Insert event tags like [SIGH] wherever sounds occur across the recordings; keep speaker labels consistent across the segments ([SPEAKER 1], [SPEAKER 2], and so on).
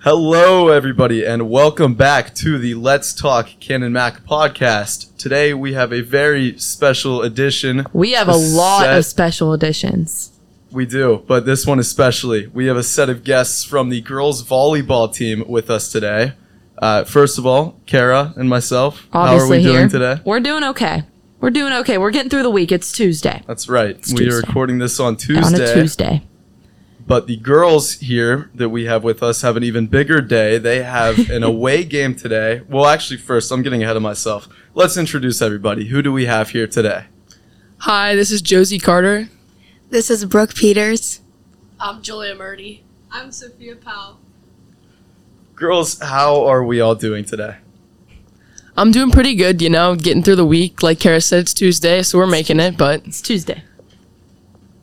[SPEAKER 1] Hello, everybody, and welcome back to the Let's Talk Canon Mac podcast. Today we have a very special edition.
[SPEAKER 2] We have a,
[SPEAKER 1] A
[SPEAKER 2] lot
[SPEAKER 1] set-
[SPEAKER 2] of special editions.
[SPEAKER 1] We do, but this one especially. We have a set of guests from the girls' volleyball team with us today. Uh, first of all, Kara and myself.
[SPEAKER 2] Obviously,
[SPEAKER 1] how are we doing
[SPEAKER 2] here
[SPEAKER 1] today?
[SPEAKER 2] we're doing okay. We're doing okay. We're getting through the week. It's Tuesday.
[SPEAKER 1] That's right. we are
[SPEAKER 2] Tuesday.
[SPEAKER 1] recording this on
[SPEAKER 2] On a Tuesday.
[SPEAKER 1] But the girls here that we have with us have an even bigger day. They have an away game today. Well, actually, first, I'm getting ahead of myself. Let's introduce everybody. Who do we have here today?
[SPEAKER 3] Hi, this is Josie Carter.
[SPEAKER 4] This is Brooke Peters.
[SPEAKER 5] I'm Julia Murdy. I'm Sophia Powell.
[SPEAKER 1] Girls, how are we all doing today?
[SPEAKER 3] I'm doing pretty good, you know, getting through the week. Like Kara said, it's Tuesday, so we're making it, but
[SPEAKER 2] It's Tuesday.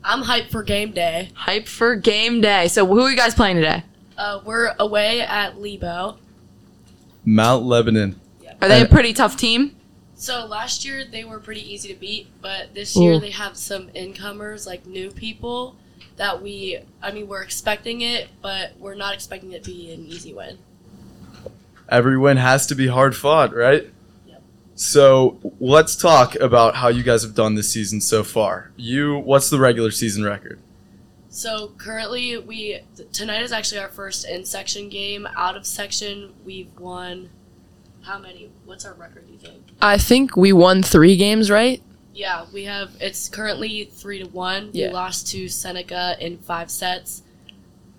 [SPEAKER 5] I'm hyped for game day.
[SPEAKER 2] Hype for game day. So, who are you guys playing today?
[SPEAKER 5] Uh, we're away at Lebo.
[SPEAKER 1] Mount Lebanon.
[SPEAKER 2] Are they a
[SPEAKER 1] Uh,
[SPEAKER 2] pretty tough team?
[SPEAKER 5] So last year they were pretty easy to beat, but this year
[SPEAKER 2] Ooh.
[SPEAKER 5] they have some incomers, like new people that we, I mean, we're expecting it, but we're not expecting it to be an easy win.
[SPEAKER 1] Every win has to be hard fought, right?
[SPEAKER 5] Yep.
[SPEAKER 1] So let's talk about how you guys have done this season so far. You, what's the regular season record?
[SPEAKER 5] So currently we, th- tonight is actually our first in section game. Out of section, we've won how many? What's our record, do you think?
[SPEAKER 3] I think we won three games, right?
[SPEAKER 5] Yeah, we have. It's currently three to one.
[SPEAKER 3] Yeah.
[SPEAKER 5] We lost to Seneca in five sets,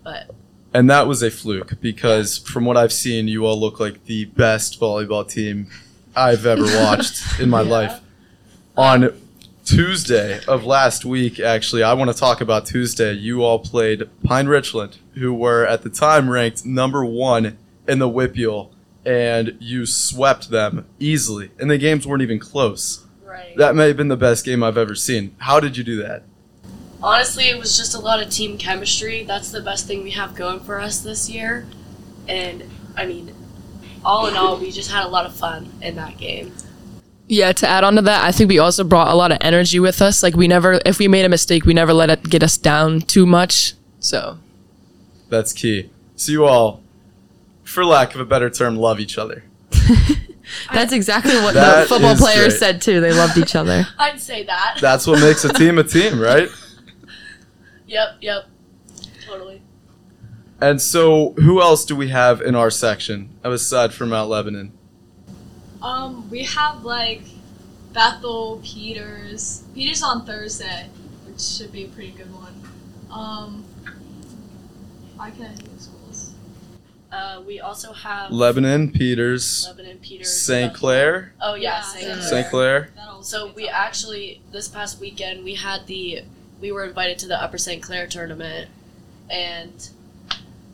[SPEAKER 5] but
[SPEAKER 1] And that was a fluke because, from what I've seen, you all look like the best volleyball team I've
[SPEAKER 5] [LAUGHS]
[SPEAKER 1] ever watched in my
[SPEAKER 5] Yeah.
[SPEAKER 1] life. On Tuesday of last week, actually, I want to talk about Tuesday. You all played Pine Richland, who were at the time ranked number one in the Whipule, and you swept them easily. And the games weren't even close.
[SPEAKER 5] right.
[SPEAKER 1] That may have been the best game I've ever seen. How did you do that?
[SPEAKER 5] Honestly, it was just a lot of team chemistry. That's the best thing we have going for us this year, and I mean, all in all, we just had a lot of fun in that game.
[SPEAKER 3] Yeah, to add on to that, I think we also brought a lot of energy with us. Like, we never, if we made a mistake, we never let it get us down too much. So,
[SPEAKER 1] That's key. So, you all, for lack of a better term, love each other.
[SPEAKER 2] That's exactly what the
[SPEAKER 1] That
[SPEAKER 2] football
[SPEAKER 1] is
[SPEAKER 2] players
[SPEAKER 1] great.
[SPEAKER 2] said too. They loved each other.
[SPEAKER 5] I'd say that.
[SPEAKER 1] That's what makes a team a team, right?
[SPEAKER 5] [LAUGHS] Yep. Yep. Totally.
[SPEAKER 1] And so, who else do we have in our section aside from Mount Lebanon?
[SPEAKER 6] Um, we have like Bethel, Peters. Peters on Thursday, which should be a pretty good one. Um, I can't think of schools.
[SPEAKER 5] Uh, we also have
[SPEAKER 1] Lebanon, Peters,
[SPEAKER 5] Lebanon Peters,
[SPEAKER 1] St. Clair,
[SPEAKER 5] Oh yeah,
[SPEAKER 6] Yeah,
[SPEAKER 5] St.
[SPEAKER 6] St.
[SPEAKER 5] Clair.
[SPEAKER 1] St. Clair.
[SPEAKER 6] That'll
[SPEAKER 5] So
[SPEAKER 6] be
[SPEAKER 5] we
[SPEAKER 6] tough.
[SPEAKER 5] actually this past weekend we had the we were invited to the Upper St. Clair tournament, and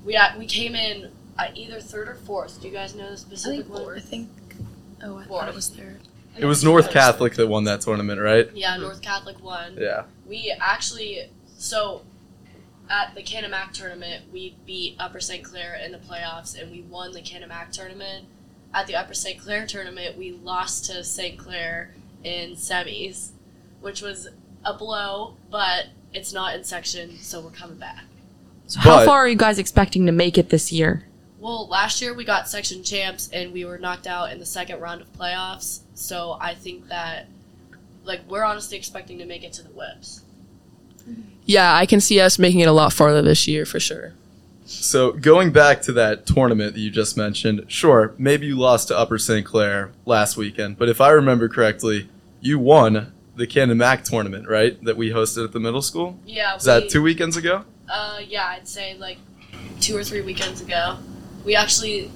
[SPEAKER 5] we a- we came in uh, either third or fourth. Do you guys know the
[SPEAKER 4] I
[SPEAKER 5] specific
[SPEAKER 4] think
[SPEAKER 5] one?
[SPEAKER 4] I think. Oh, I thought
[SPEAKER 5] Fourth.
[SPEAKER 4] it was third.
[SPEAKER 1] It was North Catholic that won that tournament, right?
[SPEAKER 5] Yeah, North Catholic won.
[SPEAKER 1] Yeah.
[SPEAKER 5] We actually so at the Canamac tournament we beat Upper St. Clair in the playoffs and we won the Canamac tournament. At the Upper St. Clair tournament we lost to St. Clair in semis, which was a blow, but it's not in section, so we're coming back.
[SPEAKER 2] So, how
[SPEAKER 1] But-
[SPEAKER 2] far are you guys expecting to make it this year?
[SPEAKER 5] Well, last year we got section champs and we were knocked out in the second round of playoffs, so I think that like we're honestly expecting to make it to the whips.
[SPEAKER 3] yeah, I can see us making it a lot farther this year for sure.
[SPEAKER 1] So, going back to that tournament that you just mentioned, sure, maybe you lost to Upper St. Clair last weekend, but if I remember correctly, you won the Cannon Mac tournament, right? That we hosted at the middle school?
[SPEAKER 5] Yeah,
[SPEAKER 1] Was that two weekends ago?
[SPEAKER 5] Uh, yeah, I'd say like two or three weekends ago. We actually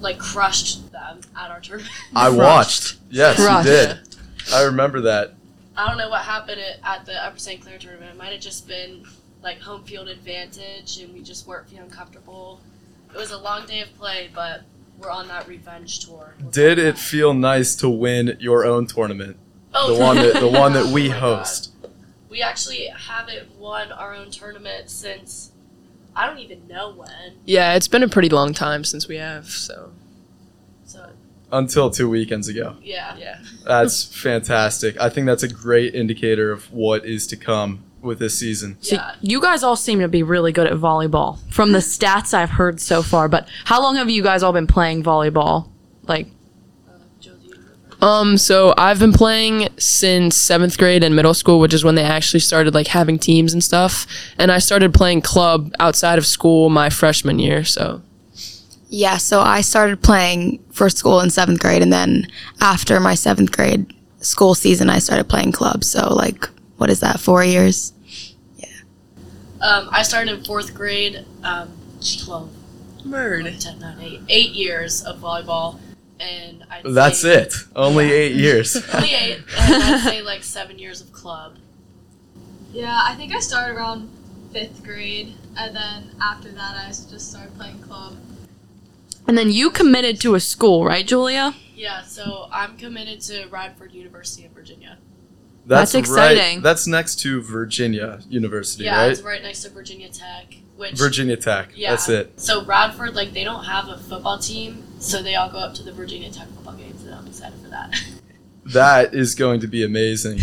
[SPEAKER 5] like crushed them at our tournament.
[SPEAKER 1] I watched. Yes,
[SPEAKER 2] Crushed.
[SPEAKER 1] you did. I remember that.
[SPEAKER 5] I don't know what happened at, at the Upper St. Clair tournament. It might have just been like home field advantage, and we just weren't feeling comfortable. It was a long day of play, but we're on that revenge tour.
[SPEAKER 1] Did it feel nice to win your own tournament?
[SPEAKER 5] Oh,
[SPEAKER 1] The one that the one
[SPEAKER 5] [LAUGHS]
[SPEAKER 1] that we
[SPEAKER 5] Oh my God.
[SPEAKER 1] host.
[SPEAKER 5] We actually haven't won our own tournament since I don't even know when.
[SPEAKER 3] Yeah, it's been a pretty long time since we have, so.
[SPEAKER 5] So
[SPEAKER 1] Until two weekends ago.
[SPEAKER 5] yeah,
[SPEAKER 3] Yeah.
[SPEAKER 1] That's fantastic. I think that's a great indicator of what is to come with this season.
[SPEAKER 2] So
[SPEAKER 5] Yeah.
[SPEAKER 2] you guys all seem to be really good at volleyball from the stats I've heard so far. But how long have you guys all been playing volleyball? Like,
[SPEAKER 5] Uh, Josie, you remember?
[SPEAKER 3] Um, so I've been playing since seventh grade and middle school, which is when they actually started like having teams and stuff. And I started playing club outside of school my freshman year. So
[SPEAKER 4] Yeah, so I started playing for school in seventh grade, and then after my seventh grade school season, I started playing club. So, like, what is that, four years?
[SPEAKER 5] Um, I started in fourth grade, um, 12,
[SPEAKER 3] murder.
[SPEAKER 5] 10, 9, 8, 8 years of volleyball. And I'd
[SPEAKER 1] That's
[SPEAKER 5] say-
[SPEAKER 1] it. Only eight
[SPEAKER 5] [LAUGHS]
[SPEAKER 1] years.
[SPEAKER 5] Only 8. And I'd say like 7 years of club.
[SPEAKER 6] Yeah, I think I started around fifth grade, and then after that, I s- just started playing club.
[SPEAKER 2] and then you committed to a school, right, Julia?
[SPEAKER 5] Yeah, so I'm committed to Radford University in Virginia.
[SPEAKER 2] That's
[SPEAKER 1] right-
[SPEAKER 2] exciting.
[SPEAKER 1] That's next to Virginia University,
[SPEAKER 5] Yeah,
[SPEAKER 1] right?
[SPEAKER 5] it's right next to Virginia Tech, which
[SPEAKER 1] Virginia Tech.
[SPEAKER 5] Yeah.
[SPEAKER 1] That's it.
[SPEAKER 5] so Radford like they don't have a football team, so they all go up to the Virginia Tech football games, and I'm excited for that. [LAUGHS]
[SPEAKER 1] That is going to be amazing.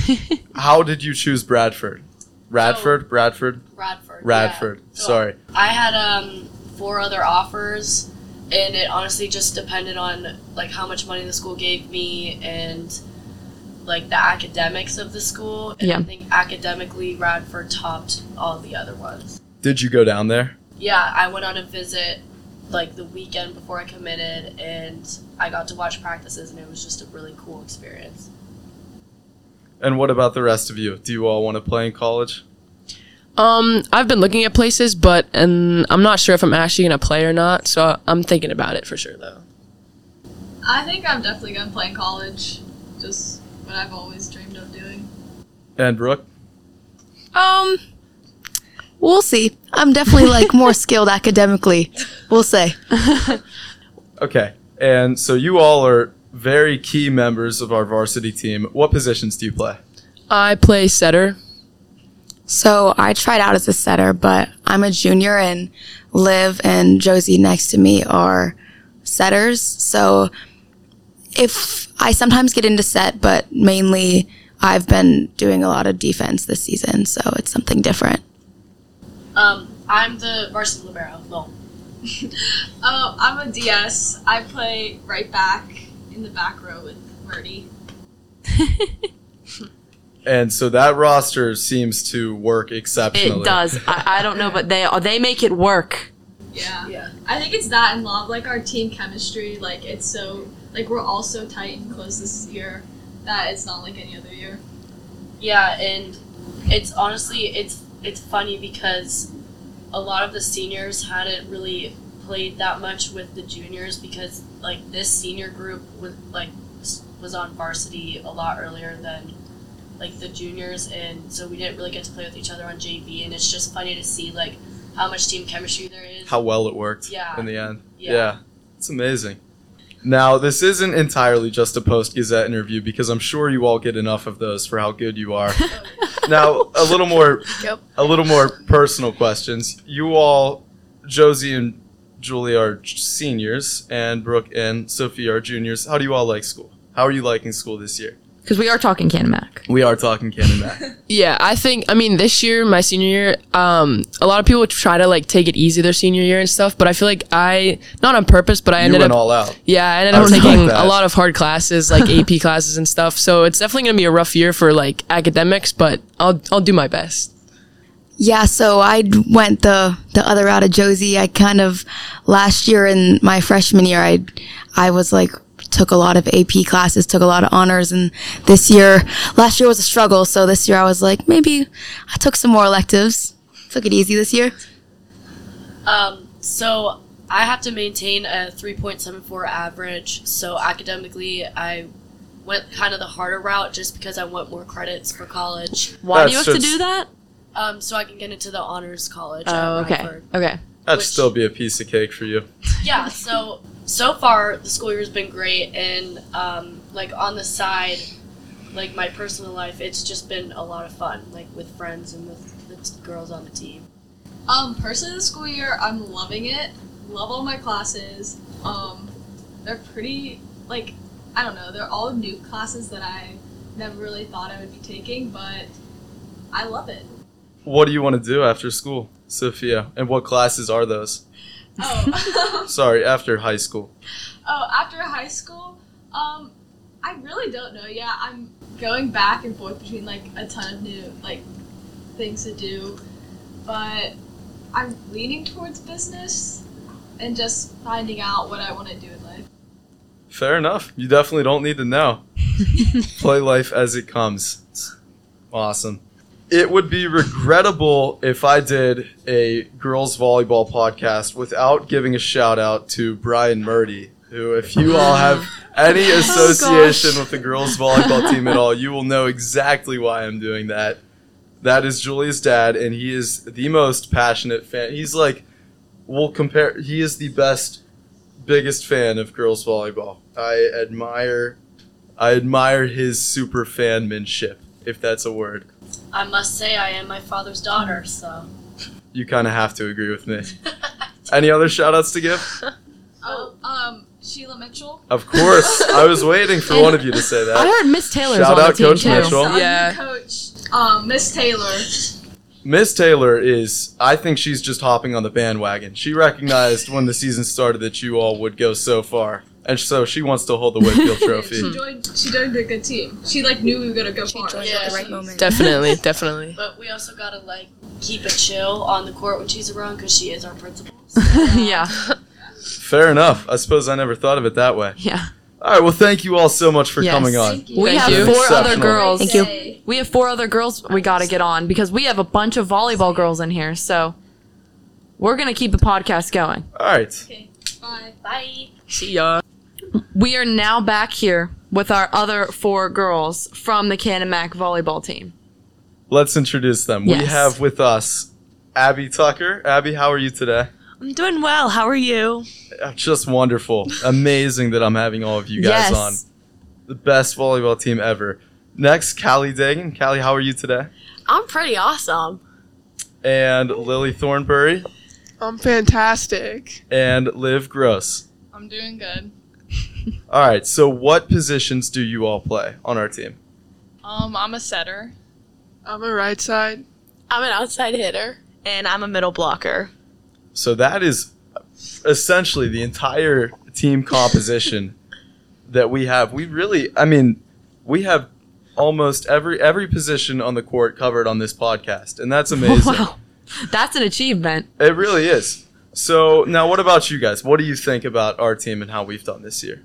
[SPEAKER 1] How did you choose Bradford? Radford, Bradford,
[SPEAKER 5] Radford. yeah.
[SPEAKER 1] Radford.
[SPEAKER 5] So
[SPEAKER 1] Sorry.
[SPEAKER 5] I had um four other offers, and it honestly just depended on like how much money the school gave me and like the academics of the school. And
[SPEAKER 2] Yeah.
[SPEAKER 5] I think academically, Radford topped all the other ones.
[SPEAKER 1] Did you go down there?
[SPEAKER 5] Yeah, I went on a visit like the weekend before I committed, and I got to watch practices, and it was just a really cool experience.
[SPEAKER 1] And what about the rest of you? Do you all want to play in college?
[SPEAKER 3] Um, I've been looking at places, but and I'm not sure if I'm actually gonna play or not. So I'm thinking about it for sure though.
[SPEAKER 6] I think I'm definitely gonna play in college, just what I've always dreamed of doing.
[SPEAKER 1] And Brooke?
[SPEAKER 4] Um, we'll see. I'm definitely, like,
[SPEAKER 3] [LAUGHS]
[SPEAKER 4] more skilled academically. We'll say.
[SPEAKER 1] Okay. And so you all are very key members of our varsity team. What positions do you play?
[SPEAKER 3] I play setter.
[SPEAKER 4] So I tried out as a setter, but I'm a junior and Liv and Josie next to me are setters. So if I sometimes get into set, but mainly I've been doing a lot of defense this season, so it's something different.
[SPEAKER 5] Um, I'm the varsity libero.
[SPEAKER 6] [LAUGHS]
[SPEAKER 5] Lol.
[SPEAKER 6] Oh, I'm a DS. I play right back in the back row with Murdy.
[SPEAKER 1] And so that roster seems to work exceptionally.
[SPEAKER 2] It does. I, I don't know, but they they make it work.
[SPEAKER 6] Yeah.
[SPEAKER 5] Yeah.
[SPEAKER 6] I think it's that and love, like our team chemistry, like it's so like we're all so tight and close this year that it's not like any other year.
[SPEAKER 5] Yeah, and it's honestly it's it's funny because a lot of the seniors hadn't really played that much with the juniors because like this senior group was like s- was on varsity a lot earlier than like the juniors and so we didn't really get to play with each other on JV and it's just funny to see like how much team chemistry there is.
[SPEAKER 1] How well it worked
[SPEAKER 5] Yeah.
[SPEAKER 1] in the end.
[SPEAKER 5] Yeah.
[SPEAKER 1] It's amazing. Now, this isn't entirely just a Post Gazette interview because I'm sure you all get enough of those for how good you
[SPEAKER 5] [LAUGHS]
[SPEAKER 1] are. now, a little more
[SPEAKER 4] Yep.
[SPEAKER 1] a little more personal questions. You all Josie and Julie are j- seniors and Brooke and Sophie are juniors. How do you all like school? How are you liking school this year?
[SPEAKER 2] Because we are talking Canamac.
[SPEAKER 1] We are talking Canada. Mac.
[SPEAKER 3] Yeah, I think I mean this year, my senior year, um, a lot of people try to like take it easy their senior year and stuff, but I feel like I not on purpose, but I
[SPEAKER 1] you
[SPEAKER 3] ended
[SPEAKER 1] went
[SPEAKER 3] up
[SPEAKER 1] all out.
[SPEAKER 3] yeah, I ended
[SPEAKER 1] I
[SPEAKER 3] up
[SPEAKER 1] was like
[SPEAKER 3] taking
[SPEAKER 1] that.
[SPEAKER 3] a lot of hard
[SPEAKER 1] [LAUGHS]
[SPEAKER 3] classes like AP classes and stuff. So it's definitely gonna be a rough year for like academics, but I'll I'll do my best.
[SPEAKER 4] Yeah, so I d- went the the other route of Josie. I kind of last year in my freshman year, I I was like took a lot of AP classes, took a lot of honors, and this year, last year was a struggle. So this year, I was like, maybe I took some more electives. Took it easy this year.
[SPEAKER 5] Um, so I have to maintain a 3.74 average. So academically, I went kind of the harder route just because I want more credits for college.
[SPEAKER 2] Why do you
[SPEAKER 1] That's
[SPEAKER 2] have to
[SPEAKER 1] just-
[SPEAKER 2] do that?
[SPEAKER 5] Um, so I can get into the honors college. at
[SPEAKER 2] Oh, okay,
[SPEAKER 5] Radford.
[SPEAKER 2] okay.
[SPEAKER 1] That'd
[SPEAKER 5] Which-
[SPEAKER 1] still be a piece of cake for you.
[SPEAKER 5] Yeah. So so far the school year's been great, and um, like on the side, like my personal life, it's just been a lot of fun, like with friends and with the t- girls on the team.
[SPEAKER 6] Um, personally, the school year, I'm loving it. Love all my classes. Um, they're pretty, like, I don't know, they're all new classes that I never really thought I would be taking, but I love it.
[SPEAKER 1] what do you want to do after school, Sophia? And what classes are those?
[SPEAKER 6] Oh,
[SPEAKER 1] [LAUGHS] Sorry, after high school.
[SPEAKER 6] oh, after high school, um, I really don't know. Yeah, I'm going back and forth between like a ton of new like things to do, but I'm leaning towards business and just finding out what I want to do in life.
[SPEAKER 1] Fair enough. You definitely don't need to know. Play life as it comes. Awesome. It would be regrettable if I did a girls volleyball podcast without giving a shout out to Brian Murdy, who, if you all have any association with the girls volleyball team at all, you will know exactly why I'm doing that. That is Julia's dad, and he is the most passionate fan. He's like, we'll compare, he is the best biggest fan of girls volleyball. I admire I admire his super fanmanship, if that's a word.
[SPEAKER 5] I must say, I am my father's daughter, so.
[SPEAKER 1] You kind of have to agree with me. Any other shout outs to give?
[SPEAKER 5] [LAUGHS]
[SPEAKER 6] Oh, um, Sheila Mitchell.
[SPEAKER 1] Of course. I was waiting for one of you to say
[SPEAKER 2] I
[SPEAKER 1] that.
[SPEAKER 2] heard Miss Taylor's
[SPEAKER 1] Shout
[SPEAKER 2] on
[SPEAKER 1] out
[SPEAKER 2] the team
[SPEAKER 1] Coach
[SPEAKER 2] too.
[SPEAKER 1] Mitchell.
[SPEAKER 6] So I'm
[SPEAKER 3] Yeah.
[SPEAKER 6] Coach, um, Miss Taylor.
[SPEAKER 1] Miss Taylor is I think she's just hopping on the bandwagon. She recognized when the season started that you all would go so far. And so she wants to hold the Wakefield
[SPEAKER 6] She
[SPEAKER 1] trophy.
[SPEAKER 6] joined. She joined a good team. She like knew we were gonna go far.
[SPEAKER 4] joined
[SPEAKER 5] Yeah,
[SPEAKER 4] at the right
[SPEAKER 5] she's-
[SPEAKER 4] moment.
[SPEAKER 3] Definitely, definitely.
[SPEAKER 5] But we also gotta, like, keep it chill on the court when she's around because she is our
[SPEAKER 2] [LAUGHS]
[SPEAKER 5] principal. um,
[SPEAKER 2] yeah,
[SPEAKER 1] Fair enough. I suppose I never thought of it that way.
[SPEAKER 2] yeah.
[SPEAKER 1] All right, well thank you all so much for
[SPEAKER 2] Yes.
[SPEAKER 1] coming on.
[SPEAKER 2] We
[SPEAKER 3] Thank
[SPEAKER 2] have
[SPEAKER 3] you.
[SPEAKER 2] four other
[SPEAKER 1] Exceptional.
[SPEAKER 2] girls.
[SPEAKER 4] Thank you.
[SPEAKER 2] We have four other girls we got to get on because we have a bunch of volleyball girls in here. So we're going to keep the podcast going.
[SPEAKER 1] All right.
[SPEAKER 6] Bye.
[SPEAKER 5] Bye.
[SPEAKER 3] See ya.
[SPEAKER 2] We are now back here with our other four girls from the Canamac volleyball team.
[SPEAKER 1] Let's introduce them. We
[SPEAKER 2] Yes.
[SPEAKER 1] have with us Abby Tucker. Abby, how are you today?
[SPEAKER 7] I'm doing well. How are you?
[SPEAKER 1] Uh, Just wonderful. Amazing that I'm having all of you guys
[SPEAKER 2] Yes.
[SPEAKER 1] on. The best volleyball team ever. Next, Callie Dagan. Callie, how are you today?
[SPEAKER 7] I'm pretty awesome.
[SPEAKER 1] And Lily Thornbury
[SPEAKER 8] I'm fantastic.
[SPEAKER 1] and Liv Gross.
[SPEAKER 6] I'm doing good.
[SPEAKER 1] All right, so what positions do you all play on our team?
[SPEAKER 6] Um, I'm a setter.
[SPEAKER 8] I'm a right side.
[SPEAKER 7] I'm an outside hitter. And I'm a middle blocker.
[SPEAKER 1] So that is essentially the entire team composition that we have. We really, I mean, we have almost every every position on the court covered on this podcast, and that's amazing.
[SPEAKER 2] Wow. That's an achievement.
[SPEAKER 1] It really is. So now, what about you guys? What do you think about our team and how we've done this year?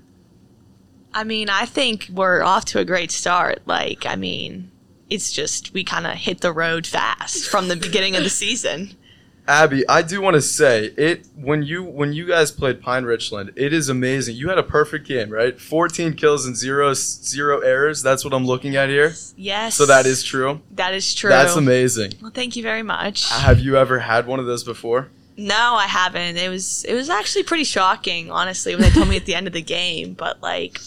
[SPEAKER 7] I mean, I think we're off to a great start. Like, I mean, it's just we kind of hit the road fast from the beginning of the season.
[SPEAKER 1] Abby, I do want to say it when you when you guys played Pine Richland, it is amazing. You had a perfect game, right? 14 kills and zero zero errors. That's what I'm looking at here.
[SPEAKER 7] Yes.
[SPEAKER 1] So that is true.
[SPEAKER 7] [LAUGHS] That is true.
[SPEAKER 1] That's amazing.
[SPEAKER 7] Well, thank you very much.
[SPEAKER 1] Have you ever had one of those before?
[SPEAKER 7] No, I haven't. It was it was actually pretty shocking, honestly, when they told me at the end of the game. But like,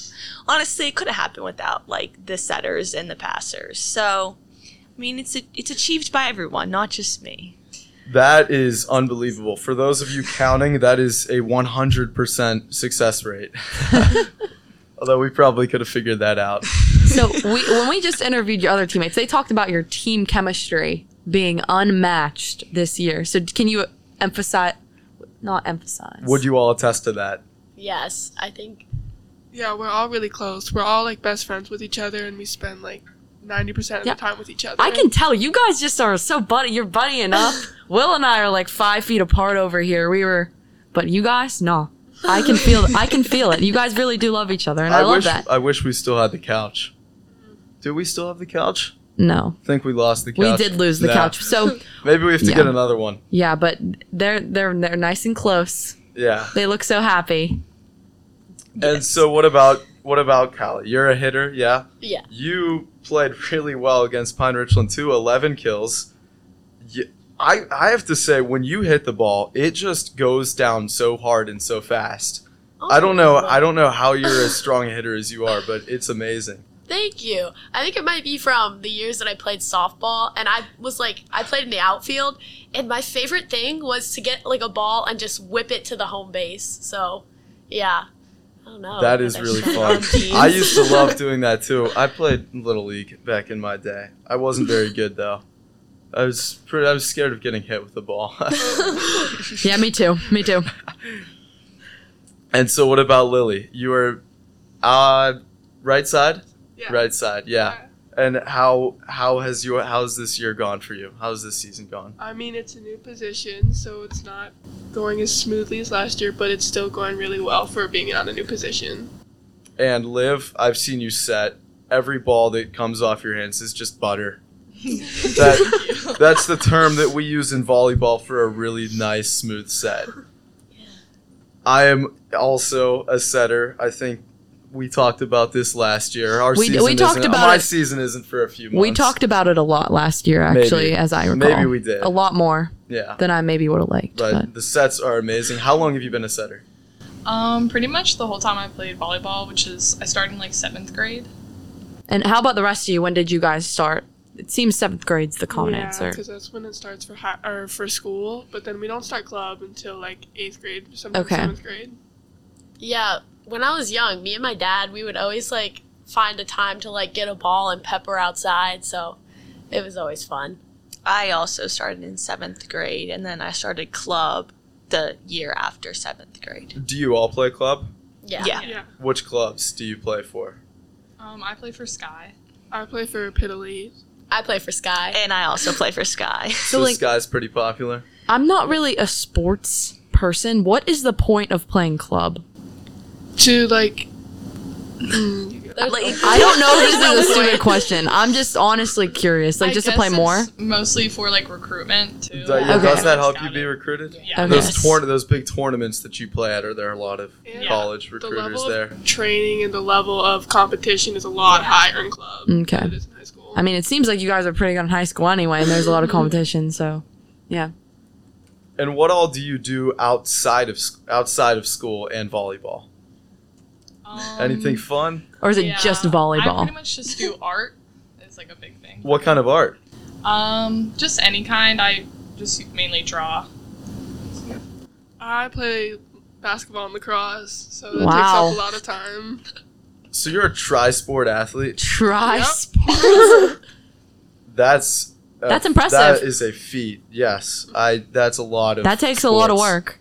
[SPEAKER 7] honestly, it could have happened without like the setters and the passers. So, I mean, it's it's achieved by everyone, not just me.
[SPEAKER 1] That is unbelievable. For those of you counting, that is a 100% success
[SPEAKER 7] [LAUGHS]
[SPEAKER 1] rate. [LAUGHS] Although we probably could have figured that out.
[SPEAKER 2] So we, when we just interviewed your other teammates, they talked about your team chemistry being unmatched this year. So can you emphasize, not emphasize?
[SPEAKER 1] Would you all attest to that?
[SPEAKER 7] Yes, I think.
[SPEAKER 8] Yeah, we're all really close. We're all like best friends with each other, and we spend like 90% of
[SPEAKER 2] Yeah.
[SPEAKER 8] the time with each other.
[SPEAKER 2] I can tell you guys just are so buddy. You're buddying up. Will and I are like five feet apart over here. We were, but you guys, no. I can feel. I can feel it. You guys really do love each other, and I, love
[SPEAKER 1] wish
[SPEAKER 2] that.
[SPEAKER 1] I wish we still had the couch. Do we still have the couch?
[SPEAKER 2] No,
[SPEAKER 1] I think we lost the
[SPEAKER 2] we
[SPEAKER 1] couch.
[SPEAKER 2] did lose the
[SPEAKER 1] Nah.
[SPEAKER 2] couch. So
[SPEAKER 1] [LAUGHS] Maybe we have to
[SPEAKER 2] Yeah.
[SPEAKER 1] get another one.
[SPEAKER 2] yeah, but they're they're they're nice and close.
[SPEAKER 1] Yeah.
[SPEAKER 2] They look so happy.
[SPEAKER 1] And so what about what about Callie? You're a hitter, yeah?
[SPEAKER 7] Yeah.
[SPEAKER 1] You played really well against Pine Richland too, 11 kills. Y- I I have to say when you hit the ball, it just goes down so hard and so fast. I don't know I don't know how you're as strong a hitter as you are, but it's amazing.
[SPEAKER 9] Thank you. I think it might be from the years that I played softball, and I was like, I played in the outfield, and my favorite thing was to get like a ball and just whip it to the home base. So, yeah, I don't know.
[SPEAKER 1] that is
[SPEAKER 9] I
[SPEAKER 1] really
[SPEAKER 9] should- [LAUGHS]
[SPEAKER 1] fun.
[SPEAKER 7] jeez.
[SPEAKER 1] I used to love doing that too. I played little league back in my day. I wasn't very good though. I was pretty, I was scared of getting hit with the ball. [LAUGHS]
[SPEAKER 2] Yeah, me too. Me too.
[SPEAKER 1] and so, what about Lily? You were uh, right side,
[SPEAKER 8] Yeah.
[SPEAKER 1] right side, yeah. And how how has your how's this year gone for you? How's this season gone?
[SPEAKER 8] I mean, it's a new position, so it's not going as smoothly as last year, but it's still going really well for being on a new position.
[SPEAKER 1] And Liv, I've seen you set every ball that comes off your hands is just butter. that, that's the term that we use in volleyball for a really nice smooth set. I am also a setter. I think we talked about this last year. Our
[SPEAKER 2] We-
[SPEAKER 1] season
[SPEAKER 2] we talked
[SPEAKER 1] isn't-
[SPEAKER 2] about
[SPEAKER 1] my
[SPEAKER 2] it-
[SPEAKER 1] season isn't for a few months.
[SPEAKER 2] We talked about it a lot last year, actually,
[SPEAKER 1] Maybe.
[SPEAKER 2] as I recall.
[SPEAKER 1] Maybe we did.
[SPEAKER 2] A lot more
[SPEAKER 1] yeah.
[SPEAKER 2] than I maybe would have liked.
[SPEAKER 1] But,
[SPEAKER 2] But.
[SPEAKER 1] the sets are amazing. How long have you been a setter?
[SPEAKER 10] Um, pretty much the whole time I played volleyball, which is I started in like seventh grade.
[SPEAKER 2] And how about the rest of you? When did you guys start? It seems seventh grade's the common answer.
[SPEAKER 8] because that's when it starts for high, or for school. But then we don't start club until like eighth grade, sometimes
[SPEAKER 2] Okay.
[SPEAKER 8] seventh grade.
[SPEAKER 9] Yeah, when I was young, me and my dad, we would always like find a time to like get a ball and pepper outside, so it was always fun.
[SPEAKER 7] I also started in seventh grade, and then I started club the year after seventh grade.
[SPEAKER 1] Do you all play club?
[SPEAKER 9] Yeah.
[SPEAKER 7] Yeah.
[SPEAKER 8] Yeah,
[SPEAKER 1] Which clubs do you play for?
[SPEAKER 10] Um, I play for Sky.
[SPEAKER 8] I play for Piddly.
[SPEAKER 9] I play for Sky.
[SPEAKER 7] And I also play for Sky.
[SPEAKER 1] So this guy's pretty popular.
[SPEAKER 2] I'm not really a sports person. What is the point of playing club?
[SPEAKER 8] To like,
[SPEAKER 2] I don't
[SPEAKER 10] [LAUGHS]
[SPEAKER 2] know if this
[SPEAKER 9] [LAUGHS]
[SPEAKER 2] is a stupid question. I'm just honestly curious, like
[SPEAKER 10] I
[SPEAKER 2] just to
[SPEAKER 10] guess
[SPEAKER 2] play more.
[SPEAKER 10] it's Mostly for like recruitment too.
[SPEAKER 1] Do- yeah, Does
[SPEAKER 2] Okay.
[SPEAKER 1] that help you be recruited?
[SPEAKER 10] Yeah.
[SPEAKER 2] Okay.
[SPEAKER 1] Those
[SPEAKER 2] Yes.
[SPEAKER 1] tour- those big tournaments that you play at are there a lot of
[SPEAKER 8] Yeah.
[SPEAKER 1] college
[SPEAKER 8] the
[SPEAKER 1] recruiters
[SPEAKER 8] level
[SPEAKER 1] there?
[SPEAKER 8] of training and the level of competition is a lot higher in club
[SPEAKER 2] Okay.
[SPEAKER 8] than it is in high school.
[SPEAKER 2] I mean, it seems like you guys are pretty good in high school anyway, and there's a lot of competition. So, yeah.
[SPEAKER 1] And what all do you do outside of sc- outside of school and volleyball?
[SPEAKER 10] Um,
[SPEAKER 1] Anything fun?
[SPEAKER 2] Or is it
[SPEAKER 10] yeah.
[SPEAKER 2] just
[SPEAKER 10] I
[SPEAKER 2] volleyball?
[SPEAKER 10] pretty much just do art. It's like a big thing.
[SPEAKER 1] What kind of art?
[SPEAKER 10] Um, just any kind. I just mainly draw.
[SPEAKER 8] I play basketball and lacrosse, so that
[SPEAKER 2] Wow.
[SPEAKER 8] takes up a lot of time.
[SPEAKER 1] So you're a tri-sport athlete.
[SPEAKER 2] Try
[SPEAKER 8] Yep. [LAUGHS]
[SPEAKER 2] sports.
[SPEAKER 1] That's a-
[SPEAKER 2] That's impressive.
[SPEAKER 1] That is a feat. Yes, I. That's a lot of.
[SPEAKER 2] that takes a lot of
[SPEAKER 1] sports.
[SPEAKER 2] work.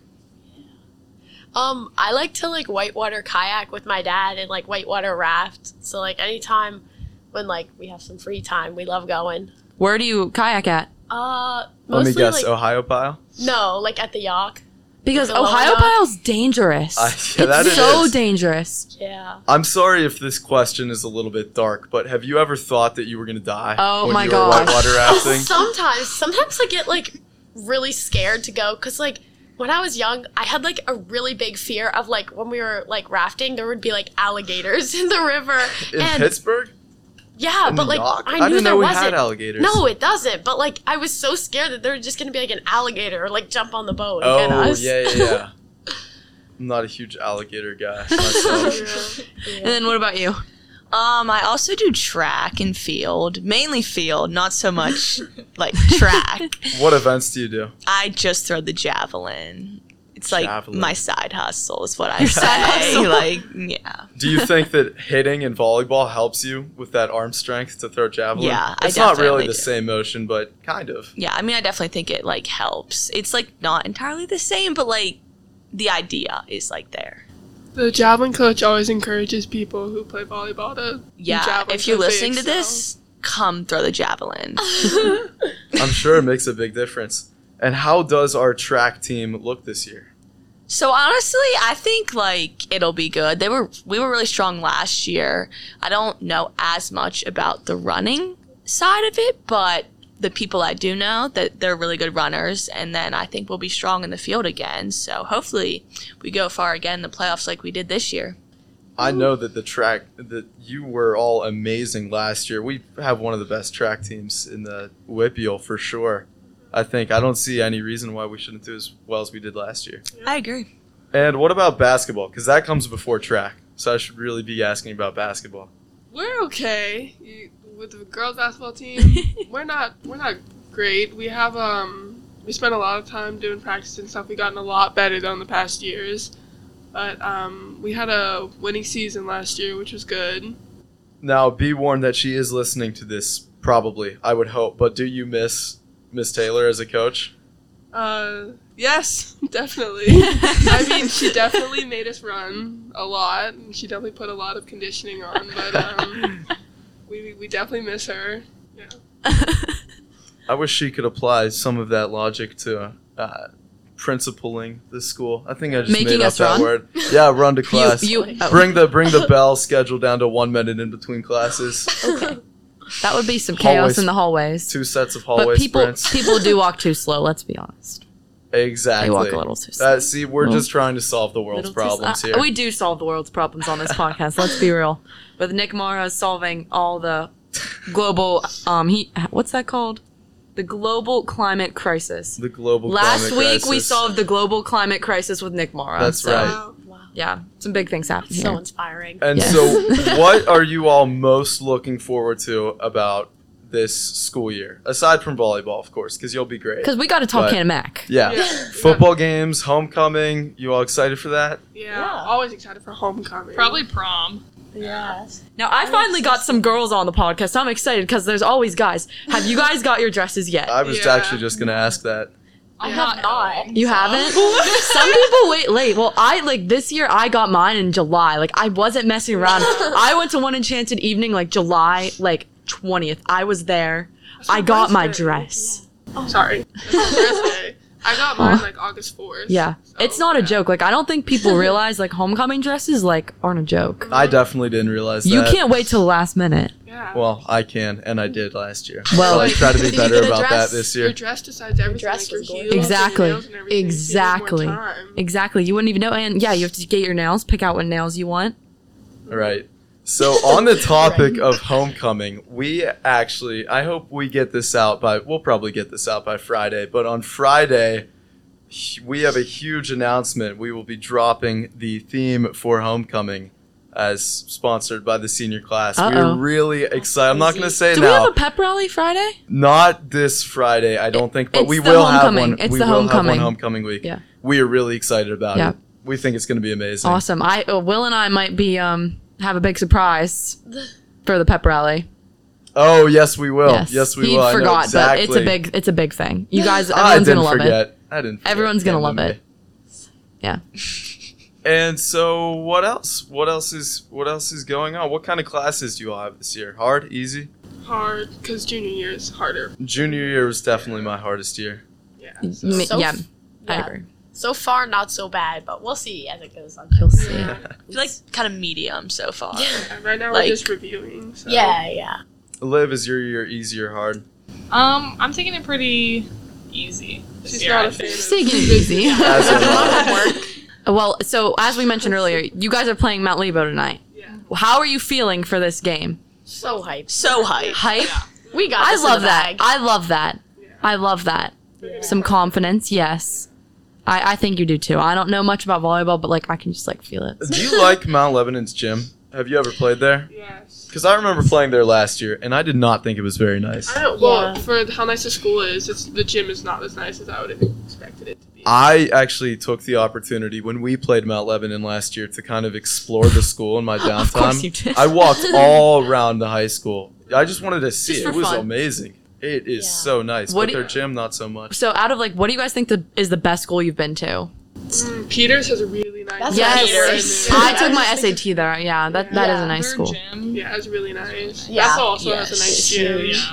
[SPEAKER 9] Um, I like to like whitewater kayak with my dad and like whitewater raft. So like anytime when like we have some free time, we love going.
[SPEAKER 2] Where do you kayak at?
[SPEAKER 9] Uh,
[SPEAKER 1] Let
[SPEAKER 9] mostly
[SPEAKER 1] me guess. Oh.
[SPEAKER 9] like
[SPEAKER 1] Ohio pile.
[SPEAKER 9] no, like at the yacht.
[SPEAKER 2] Because
[SPEAKER 9] Like a
[SPEAKER 2] Ohio
[SPEAKER 9] Lona?
[SPEAKER 2] pile's dangerous.
[SPEAKER 1] I- yeah,
[SPEAKER 2] it's
[SPEAKER 1] that it
[SPEAKER 2] so
[SPEAKER 1] is.
[SPEAKER 2] dangerous.
[SPEAKER 9] Yeah.
[SPEAKER 1] I'm sorry if this question is a little bit dark, but have you ever thought that you were going to die
[SPEAKER 2] Oh
[SPEAKER 1] when
[SPEAKER 2] my
[SPEAKER 1] you
[SPEAKER 2] gosh.
[SPEAKER 1] were
[SPEAKER 2] [LAUGHS]
[SPEAKER 1] whitewater rafting?
[SPEAKER 9] Sometimes, sometimes I get like really scared to go because like when I was young, I had like a really big fear of like when we were like rafting, there would be like alligators [LAUGHS] in the river.
[SPEAKER 1] In
[SPEAKER 9] and
[SPEAKER 1] Pittsburgh?
[SPEAKER 9] yeah,
[SPEAKER 1] In
[SPEAKER 9] but
[SPEAKER 1] New
[SPEAKER 9] like
[SPEAKER 1] York?
[SPEAKER 9] I knew
[SPEAKER 1] didn't
[SPEAKER 9] there
[SPEAKER 1] know we
[SPEAKER 9] wasn't.
[SPEAKER 1] had alligators.
[SPEAKER 9] No, it doesn't. But like, I was so scared that there was just gonna be like an alligator or like jump on the boat and get
[SPEAKER 1] Oh
[SPEAKER 9] us.
[SPEAKER 1] yeah, yeah. yeah. I'm not a huge alligator guy. [LAUGHS] myself.
[SPEAKER 2] And then what about you?
[SPEAKER 7] Um, I also do track and field, mainly field, not so much like track.
[SPEAKER 1] what events do you do?
[SPEAKER 7] I just throw the javelin. It's like
[SPEAKER 1] Javelin.
[SPEAKER 7] my side hustle
[SPEAKER 2] [LAUGHS]
[SPEAKER 7] is what I say.
[SPEAKER 2] side hustle.
[SPEAKER 7] [LAUGHS] Like, yeah,
[SPEAKER 1] Do you think that hitting in volleyball helps you with that arm strength to throw javelin?
[SPEAKER 7] Yeah, I
[SPEAKER 1] it's not really
[SPEAKER 7] definitely
[SPEAKER 1] the
[SPEAKER 7] do.
[SPEAKER 1] same motion, but kind of.
[SPEAKER 7] yeah. I mean, I definitely think it like helps. It's like not entirely the same, but like the idea is like there.
[SPEAKER 8] The javelin coach always encourages people who play volleyball to
[SPEAKER 7] Yeah,
[SPEAKER 8] javelin
[SPEAKER 7] if you're
[SPEAKER 8] 'cause they
[SPEAKER 7] listening to
[SPEAKER 8] excel.
[SPEAKER 7] this, come throw the javelin.
[SPEAKER 1] I'm sure it makes a big difference. And how does our track team look this year?
[SPEAKER 7] So honestly, I think like it'll be good. They were we were really strong last year. I don't know as much about the running side of it, but the people I do know that they're really good runners and then I think we'll be strong in the field again. So hopefully we go far again in the playoffs like we did this year.
[SPEAKER 1] I know that the track that you were all amazing last year. We have one of the best track teams in the Whippeal for sure. I think I don't see any reason why we shouldn't do as well as we did last year.
[SPEAKER 7] I agree.
[SPEAKER 1] And what about basketball? Because that comes before track, so I should really be asking about basketball.
[SPEAKER 8] We're okay You- with the girls basketball team. we're not we're not great. We have um we spent a lot of time doing practice and stuff. We've gotten a lot better than the past years. But um, we had a winning season last year, which was good.
[SPEAKER 1] Now, be warned that she is listening to this, probably. I would hope. But do you miss Miss Taylor as a coach?
[SPEAKER 8] Uh, yes, [LAUGHS]
[SPEAKER 9] [LAUGHS]
[SPEAKER 8] definitely. I mean, she definitely made us run a lot, and she definitely put a lot of conditioning on. But um, we we definitely miss her.
[SPEAKER 9] [LAUGHS]
[SPEAKER 8] Yeah.
[SPEAKER 1] I wish she could apply some of that logic to uh, principaling the school. I think I just
[SPEAKER 2] Making
[SPEAKER 1] made up
[SPEAKER 2] us
[SPEAKER 1] that
[SPEAKER 2] run?
[SPEAKER 1] word. Yeah, run to class.
[SPEAKER 2] [LAUGHS] You, you, oh,
[SPEAKER 1] bring the bring the bell schedule down to one minute in between
[SPEAKER 2] [LAUGHS]
[SPEAKER 1] classes.
[SPEAKER 2] that would be some chaos
[SPEAKER 1] Hallways.
[SPEAKER 2] in the hallways.
[SPEAKER 1] Two sets of hallway
[SPEAKER 2] But people
[SPEAKER 1] sprints. [LAUGHS]
[SPEAKER 2] people do walk too slow. Let's be honest.
[SPEAKER 1] Exactly.
[SPEAKER 2] They walk a little too slow.
[SPEAKER 1] Uh, see, we're just trying to solve the world's
[SPEAKER 2] Little too slow.
[SPEAKER 1] problems
[SPEAKER 2] Uh,
[SPEAKER 1] here.
[SPEAKER 2] We do solve the world's problems on this podcast. Let's be real. With Nick Mara solving all the global um he what's that called? The global climate crisis.
[SPEAKER 1] the global
[SPEAKER 2] Last
[SPEAKER 1] climate
[SPEAKER 2] week we
[SPEAKER 1] crisis.
[SPEAKER 2] solved the global climate crisis with Nick Mara.
[SPEAKER 1] That's
[SPEAKER 2] so,
[SPEAKER 1] right.
[SPEAKER 9] Wow. Wow.
[SPEAKER 2] Yeah, some big things happen.
[SPEAKER 9] So
[SPEAKER 2] here.
[SPEAKER 9] inspiring.
[SPEAKER 1] And
[SPEAKER 2] Yes. [LAUGHS]
[SPEAKER 1] so, what are you all most looking forward to about this school year? Aside from volleyball, of course, because you'll be great.
[SPEAKER 2] Because we got to talk
[SPEAKER 1] But-
[SPEAKER 2] Canamac.
[SPEAKER 1] Yeah.
[SPEAKER 8] Yeah.
[SPEAKER 1] Football games, homecoming. You all excited for that?
[SPEAKER 8] Yeah, always excited for homecoming.
[SPEAKER 10] Probably prom.
[SPEAKER 2] Now I finally got some girls on the podcast. I'm excited because there's always guys. Have you guys got your dresses yet?
[SPEAKER 1] I was
[SPEAKER 8] Yeah.
[SPEAKER 1] actually just going to ask that.
[SPEAKER 10] I'm not, going,
[SPEAKER 2] You
[SPEAKER 10] so.
[SPEAKER 2] haven't? Some people wait late. Well, I like this year I got mine in July. Like I wasn't messing
[SPEAKER 8] [LAUGHS]
[SPEAKER 2] around. I went to one enchanted evening like July like 20th. I was there. I
[SPEAKER 8] your
[SPEAKER 2] got my
[SPEAKER 8] birthday.
[SPEAKER 2] dress.
[SPEAKER 9] Oh. [LAUGHS]
[SPEAKER 8] Sorry. That's my birthday. I got mine like August fourth.
[SPEAKER 2] Yeah. It's not a joke. Like I don't think people
[SPEAKER 8] [LAUGHS]
[SPEAKER 2] realize like homecoming dresses like aren't a joke.
[SPEAKER 1] I definitely didn't realize
[SPEAKER 2] You
[SPEAKER 1] that.
[SPEAKER 2] can't wait till the last minute.
[SPEAKER 8] Yeah.
[SPEAKER 1] Well, I can, and I did last year.
[SPEAKER 2] Well-
[SPEAKER 1] Well, I try to be
[SPEAKER 2] [LAUGHS]
[SPEAKER 9] Did you
[SPEAKER 1] better
[SPEAKER 9] get a
[SPEAKER 1] about
[SPEAKER 9] dress?
[SPEAKER 1] that this
[SPEAKER 8] Your
[SPEAKER 1] year.
[SPEAKER 8] dress decides everything.
[SPEAKER 9] dress
[SPEAKER 8] like your
[SPEAKER 9] was gorgeous.
[SPEAKER 8] heels and
[SPEAKER 2] Exactly.
[SPEAKER 8] nails and everything, so you need more
[SPEAKER 2] Exactly.
[SPEAKER 8] time.
[SPEAKER 2] Exactly. You wouldn't even know. And yeah, you have to get your nails, pick out what nails you want.
[SPEAKER 1] All right. So on the topic of homecoming, we actually I hope we get this out by we'll probably get this out by Friday, but on Friday h- we have a huge announcement. We will be dropping the theme for homecoming as sponsored by the senior class.
[SPEAKER 2] Uh-oh.
[SPEAKER 1] We're really excited. I'm not going to say
[SPEAKER 2] Do we
[SPEAKER 1] now.
[SPEAKER 2] have a pep rally Friday?
[SPEAKER 1] Not this Friday, I don't think, but
[SPEAKER 2] it's
[SPEAKER 1] we
[SPEAKER 2] the
[SPEAKER 1] will have
[SPEAKER 2] homecoming.
[SPEAKER 1] one.
[SPEAKER 2] It's
[SPEAKER 1] we
[SPEAKER 2] the
[SPEAKER 1] will have
[SPEAKER 2] homecoming.
[SPEAKER 1] one homecoming week.
[SPEAKER 2] Yeah.
[SPEAKER 1] We are really excited about
[SPEAKER 2] Yeah.
[SPEAKER 1] it. We think it's going to be amazing.
[SPEAKER 2] Awesome. I uh, Will and I might be um have a big
[SPEAKER 8] [SIGHS]
[SPEAKER 2] surprise for the pep rally.
[SPEAKER 1] Oh yes, we will. Yes, we
[SPEAKER 2] he
[SPEAKER 1] will. I know
[SPEAKER 2] forgot,
[SPEAKER 1] exactly.
[SPEAKER 2] but it's a big it's a big thing. You guys,
[SPEAKER 1] I
[SPEAKER 2] everyone's
[SPEAKER 1] didn't
[SPEAKER 2] gonna love it.
[SPEAKER 1] forget. I didn't. Forget.
[SPEAKER 2] Everyone's gonna
[SPEAKER 1] Damn
[SPEAKER 2] love
[SPEAKER 1] them.
[SPEAKER 2] it. Yeah.
[SPEAKER 1] And so, what else? What else is what else is going on? What kind of classes do you all have this year? Hard, easy.
[SPEAKER 8] Hard, because junior year is harder.
[SPEAKER 1] Junior year was definitely my hardest year.
[SPEAKER 8] Yeah.
[SPEAKER 2] M-
[SPEAKER 9] So
[SPEAKER 2] yeah,
[SPEAKER 9] f-
[SPEAKER 2] I
[SPEAKER 9] yeah.
[SPEAKER 2] agree.
[SPEAKER 9] So far, not so bad, but we'll see as it goes on.
[SPEAKER 2] You'll see.
[SPEAKER 7] I feel like kind of medium so far.
[SPEAKER 8] And Right now
[SPEAKER 7] Like-
[SPEAKER 8] we're just reviewing. So.
[SPEAKER 9] Yeah, yeah.
[SPEAKER 1] Liv, is your year easy or hard?
[SPEAKER 10] Um, I'm taking it pretty easy. this
[SPEAKER 8] She's
[SPEAKER 10] year,
[SPEAKER 8] not
[SPEAKER 10] I
[SPEAKER 8] a fan.
[SPEAKER 10] think.
[SPEAKER 8] Of,
[SPEAKER 2] Taking it easy.
[SPEAKER 1] As am I.
[SPEAKER 2] well, so as we mentioned earlier, you guys are playing Mount Lebo tonight.
[SPEAKER 8] yeah.
[SPEAKER 2] How are you feeling for this game?
[SPEAKER 9] So hyped.
[SPEAKER 7] So hype.
[SPEAKER 2] Hype.
[SPEAKER 9] We got.
[SPEAKER 2] I
[SPEAKER 9] this in
[SPEAKER 2] love
[SPEAKER 9] the
[SPEAKER 2] that.
[SPEAKER 9] bag.
[SPEAKER 2] I love that. I love that. Some confidence. Yes. I, I think you do too. I don't know much about volleyball, but like I can just like feel it.
[SPEAKER 1] Do
[SPEAKER 2] [LAUGHS]
[SPEAKER 1] you like Mount Lebanon's gym? Have you ever played there?
[SPEAKER 8] Yes.
[SPEAKER 1] Because I remember playing there last year, and I did not think it was very nice.
[SPEAKER 8] I don't. Well, for how nice the school is, it's the gym is not as nice as I would have expected it to be.
[SPEAKER 1] I actually took the opportunity when we played Mount Lebanon last year to kind of explore the school in
[SPEAKER 2] [LAUGHS]
[SPEAKER 1] my downtime.
[SPEAKER 2] Of course you did.
[SPEAKER 1] I walked all around the high school. I just wanted to see
[SPEAKER 2] Just
[SPEAKER 1] it.
[SPEAKER 2] for
[SPEAKER 1] It was
[SPEAKER 2] fun.
[SPEAKER 1] amazing. It is
[SPEAKER 9] Yeah.
[SPEAKER 1] so nice.
[SPEAKER 2] What
[SPEAKER 1] but
[SPEAKER 2] do-
[SPEAKER 1] their gym, not so much.
[SPEAKER 2] So out of like, what do you guys think the is the best school you've been to?
[SPEAKER 8] Mm, Peters has a really nice.
[SPEAKER 9] That's
[SPEAKER 2] Yes.
[SPEAKER 9] what I was
[SPEAKER 8] Peters.
[SPEAKER 9] saying.
[SPEAKER 2] I took my SAT there. Yeah, that that is
[SPEAKER 9] Yeah.
[SPEAKER 2] a nice
[SPEAKER 10] Her
[SPEAKER 2] school.
[SPEAKER 10] gym.
[SPEAKER 8] Yeah, it's really nice.
[SPEAKER 9] Yeah.
[SPEAKER 8] That's also
[SPEAKER 3] Yeah,
[SPEAKER 8] has a
[SPEAKER 3] it's
[SPEAKER 8] nice gym.
[SPEAKER 3] huge.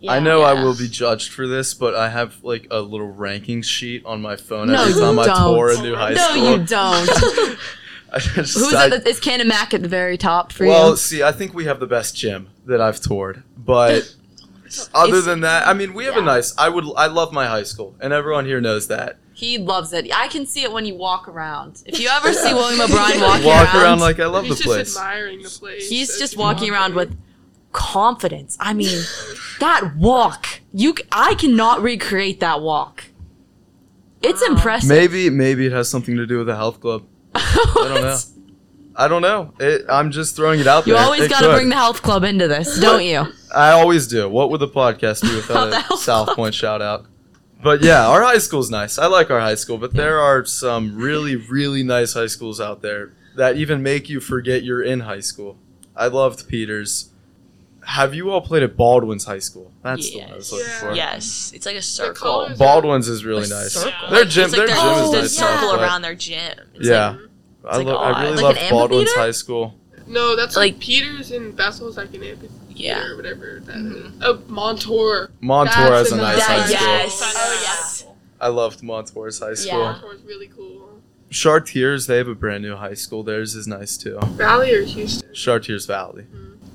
[SPEAKER 8] Yeah.
[SPEAKER 1] I know I
[SPEAKER 9] Yeah.
[SPEAKER 1] will be judged for this, but I have like a little ranking sheet on my phone
[SPEAKER 2] No,
[SPEAKER 1] every
[SPEAKER 2] you
[SPEAKER 1] time I
[SPEAKER 2] don't.
[SPEAKER 1] tour a new high
[SPEAKER 2] No,
[SPEAKER 1] school.
[SPEAKER 2] you don't.
[SPEAKER 1] [LAUGHS] I just-
[SPEAKER 2] Who's
[SPEAKER 1] I-
[SPEAKER 2] at the, is Cannon Mac at the very top for
[SPEAKER 1] well,
[SPEAKER 2] you?
[SPEAKER 1] see, I think we have the best gym that I've toured,
[SPEAKER 2] [LAUGHS]
[SPEAKER 1] but other
[SPEAKER 2] It's-
[SPEAKER 1] than that, I mean, we have a nice. I would, I love my high school, and everyone here knows that.
[SPEAKER 2] He loves it. I can see it when you walk around. If you ever see
[SPEAKER 1] [LAUGHS]
[SPEAKER 2] William O'Brien walking
[SPEAKER 1] Walk around like I love
[SPEAKER 8] He's
[SPEAKER 1] the
[SPEAKER 8] just
[SPEAKER 1] place.
[SPEAKER 8] admiring the place.
[SPEAKER 2] he's just
[SPEAKER 8] It's
[SPEAKER 2] walking around with confidence. I mean, that walk. You c- I cannot recreate that walk. It's impressive.
[SPEAKER 1] Maybe, maybe it has something to do with the health
[SPEAKER 2] [LAUGHS]
[SPEAKER 1] club. I don't know. I don't know. It, I'm just throwing it out
[SPEAKER 2] You
[SPEAKER 1] there.
[SPEAKER 2] always
[SPEAKER 1] It
[SPEAKER 2] got to
[SPEAKER 1] could.
[SPEAKER 2] bring the health club into this,
[SPEAKER 1] [LAUGHS]
[SPEAKER 2] don't you?
[SPEAKER 1] I always do. What would the podcast
[SPEAKER 7] [LAUGHS]
[SPEAKER 1] be without
[SPEAKER 7] the
[SPEAKER 1] a
[SPEAKER 7] health
[SPEAKER 1] South Point shout out? But yeah, our high school's nice. I like our high school, but there are some really, really nice high schools out there that even make you forget you're in high school. I loved Peters. Have you all played at Baldwin's High School? That's the one I was
[SPEAKER 7] Yes.
[SPEAKER 1] looking
[SPEAKER 8] Yeah.
[SPEAKER 1] for.
[SPEAKER 7] Yes, it's like a
[SPEAKER 8] colors
[SPEAKER 7] circle.
[SPEAKER 8] are-
[SPEAKER 1] Baldwin's is really
[SPEAKER 2] A
[SPEAKER 1] nice.
[SPEAKER 2] circle?
[SPEAKER 1] Their gym,
[SPEAKER 7] It's like
[SPEAKER 1] their
[SPEAKER 7] their,
[SPEAKER 1] gym
[SPEAKER 7] oh,
[SPEAKER 1] is
[SPEAKER 7] their
[SPEAKER 1] nice.
[SPEAKER 7] circle
[SPEAKER 1] but-
[SPEAKER 7] around their gym. It's
[SPEAKER 1] yeah,
[SPEAKER 7] Like,
[SPEAKER 1] I,
[SPEAKER 7] like
[SPEAKER 1] lo-
[SPEAKER 7] odd.
[SPEAKER 1] I really
[SPEAKER 7] Like
[SPEAKER 1] love
[SPEAKER 7] an
[SPEAKER 1] Baldwin's
[SPEAKER 7] amphitheater?
[SPEAKER 1] High School.
[SPEAKER 8] No, that's like,
[SPEAKER 7] Like-
[SPEAKER 8] Peters and Vessel's like an amphitheater
[SPEAKER 7] yeah.
[SPEAKER 8] or whatever that is.
[SPEAKER 5] Mm-hmm.
[SPEAKER 8] Oh, Montour.
[SPEAKER 1] Montour
[SPEAKER 8] That's
[SPEAKER 1] has a nice
[SPEAKER 8] another-
[SPEAKER 1] high
[SPEAKER 8] Yeah,
[SPEAKER 1] school.
[SPEAKER 8] yeah.
[SPEAKER 7] yes.
[SPEAKER 8] Oh,
[SPEAKER 7] yes.
[SPEAKER 1] I loved Montour's High School.
[SPEAKER 9] Yeah.
[SPEAKER 8] Montour's really cool.
[SPEAKER 1] Chartiers, they have a brand new high school. Theirs is nice too.
[SPEAKER 8] Valley or Houston? Mm.
[SPEAKER 1] Chartiers Valley.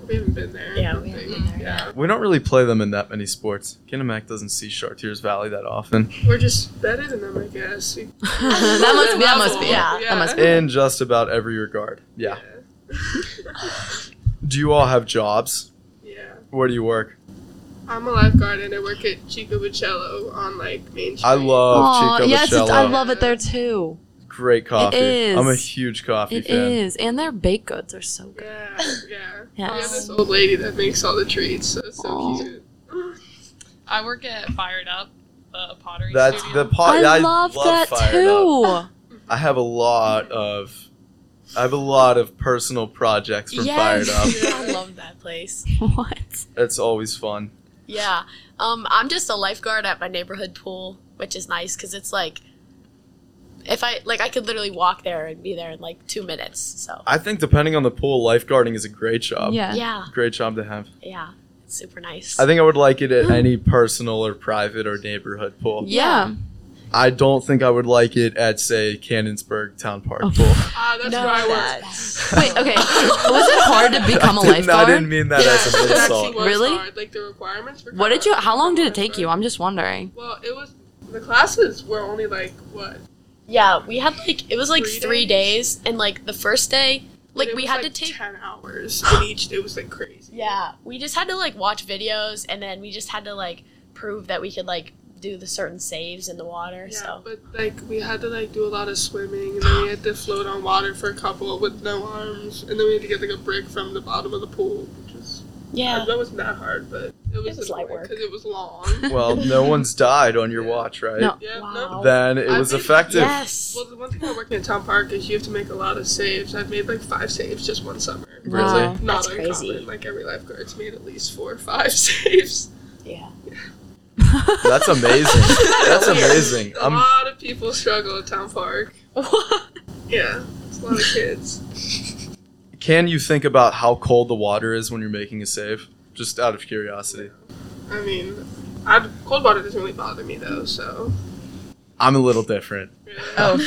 [SPEAKER 8] We haven't been there. I
[SPEAKER 5] Yeah,
[SPEAKER 8] don't
[SPEAKER 5] we haven't
[SPEAKER 8] think.
[SPEAKER 5] been there.
[SPEAKER 8] Yeah.
[SPEAKER 1] We don't really play them in that many sports. Kinemac doesn't see Chartiers Valley that often.
[SPEAKER 8] We're just better than them, I guess. We-
[SPEAKER 2] [LAUGHS]
[SPEAKER 8] [LAUGHS]
[SPEAKER 2] that must be. Uh, That must be.
[SPEAKER 7] Yeah.
[SPEAKER 8] yeah.
[SPEAKER 2] must
[SPEAKER 1] In just about every regard. Yeah. Do you all have jobs?
[SPEAKER 8] Yeah.
[SPEAKER 1] Where do you work?
[SPEAKER 8] I'm a lifeguard and I work at Chico Bocello on like Main Street.
[SPEAKER 1] I love
[SPEAKER 2] Aw,
[SPEAKER 1] Oh, Chico
[SPEAKER 2] yes, it's,
[SPEAKER 1] Bocello.
[SPEAKER 2] I love it there too.
[SPEAKER 1] Great coffee.
[SPEAKER 2] is.
[SPEAKER 1] I'm a huge coffee
[SPEAKER 2] It is,
[SPEAKER 1] fan.
[SPEAKER 2] and their baked goods are so good.
[SPEAKER 8] Yeah, yeah. We
[SPEAKER 9] Um,
[SPEAKER 8] have
[SPEAKER 2] Yes.
[SPEAKER 8] this old lady that makes all the treats. So it's so
[SPEAKER 2] Aw.
[SPEAKER 8] cute.
[SPEAKER 10] [LAUGHS] I work at Fired Up, the pottery
[SPEAKER 1] That's
[SPEAKER 10] studio.
[SPEAKER 1] the pot.
[SPEAKER 2] I,
[SPEAKER 1] I
[SPEAKER 2] love, that
[SPEAKER 1] Fired Up.
[SPEAKER 2] too.
[SPEAKER 1] I have a lot of, I have a lot of personal projects from Fired Up.
[SPEAKER 9] [LAUGHS] I love that place.
[SPEAKER 2] [LAUGHS] What?
[SPEAKER 1] It's always fun.
[SPEAKER 9] Yeah. Um, I'm just a lifeguard at my neighborhood pool, which is nice because it's like, if I like, I could literally walk there and be there in like two minutes. So
[SPEAKER 1] I think depending on the pool, lifeguarding is a great job.
[SPEAKER 2] yeah.
[SPEAKER 9] yeah,
[SPEAKER 1] Great job to have.
[SPEAKER 9] yeah, it's super nice.
[SPEAKER 1] I think I would like it at any personal or private or neighborhood pool.
[SPEAKER 2] Yeah.
[SPEAKER 1] I don't think I would like it at, say, Cannonsburg Town Park
[SPEAKER 2] Oh.
[SPEAKER 1] pool.
[SPEAKER 8] Ah, that's where I work.
[SPEAKER 2] Wait. Okay. Was it hard [LAUGHS] to become a
[SPEAKER 1] I didn't- I didn't
[SPEAKER 2] lifeguard?
[SPEAKER 1] mean that as an
[SPEAKER 8] it actually
[SPEAKER 1] insult.
[SPEAKER 8] was
[SPEAKER 2] Really?
[SPEAKER 8] hard, Like the requirements. Were
[SPEAKER 2] What did you?
[SPEAKER 8] hard.
[SPEAKER 2] How long did it take you? I'm just wondering.
[SPEAKER 8] Well, it was the classes were only like what?
[SPEAKER 9] yeah, we had like it was like
[SPEAKER 8] Three
[SPEAKER 9] three,
[SPEAKER 8] days?
[SPEAKER 9] days? and like the first day, like
[SPEAKER 8] It
[SPEAKER 9] we
[SPEAKER 8] was,
[SPEAKER 9] had
[SPEAKER 8] like,
[SPEAKER 9] to take.
[SPEAKER 8] ten hours in each. It was like crazy.
[SPEAKER 9] Yeah, we just had to like watch videos and then we just had to like prove that we could like do the certain saves in the water.
[SPEAKER 8] Yeah,
[SPEAKER 9] so
[SPEAKER 8] but like we had to like do a lot of swimming, and then we had to float on water for a couple with no arms, and then we had to get like a brick from the bottom of the pool, which was
[SPEAKER 9] yeah,
[SPEAKER 8] that wasn't that hard, but it was,
[SPEAKER 9] was light work.
[SPEAKER 8] because it was long.
[SPEAKER 2] [LAUGHS]
[SPEAKER 1] Well,
[SPEAKER 8] [LAUGHS]
[SPEAKER 1] no one's died on your watch, right?
[SPEAKER 2] No.
[SPEAKER 8] yeah,
[SPEAKER 9] Wow.
[SPEAKER 1] Then it
[SPEAKER 8] I
[SPEAKER 1] was
[SPEAKER 8] think-
[SPEAKER 1] effective.
[SPEAKER 9] yes,
[SPEAKER 8] Well, the one thing about working at Town Park is you have to make a lot of saves. I've made like five saves just one summer. It's,
[SPEAKER 2] Wow.
[SPEAKER 8] like, not
[SPEAKER 9] That's
[SPEAKER 8] uncommon.
[SPEAKER 9] crazy.
[SPEAKER 8] Like every lifeguard's made at least four or five [LAUGHS] saves.
[SPEAKER 9] yeah.
[SPEAKER 1] [LAUGHS] That's
[SPEAKER 8] [LAUGHS]
[SPEAKER 1] amazing.
[SPEAKER 2] [LAUGHS]
[SPEAKER 1] That's amazing. Um, I'm
[SPEAKER 8] A lot of people struggle at
[SPEAKER 9] [LAUGHS]
[SPEAKER 8] Town Park. Yeah, it's a lot of kids.
[SPEAKER 1] Can you think about how cold the water is when you're making a save? Just out of curiosity.
[SPEAKER 8] I mean, i cold water doesn't really bother me though, so.
[SPEAKER 1] I'm a little different.
[SPEAKER 8] Really.
[SPEAKER 2] Oh.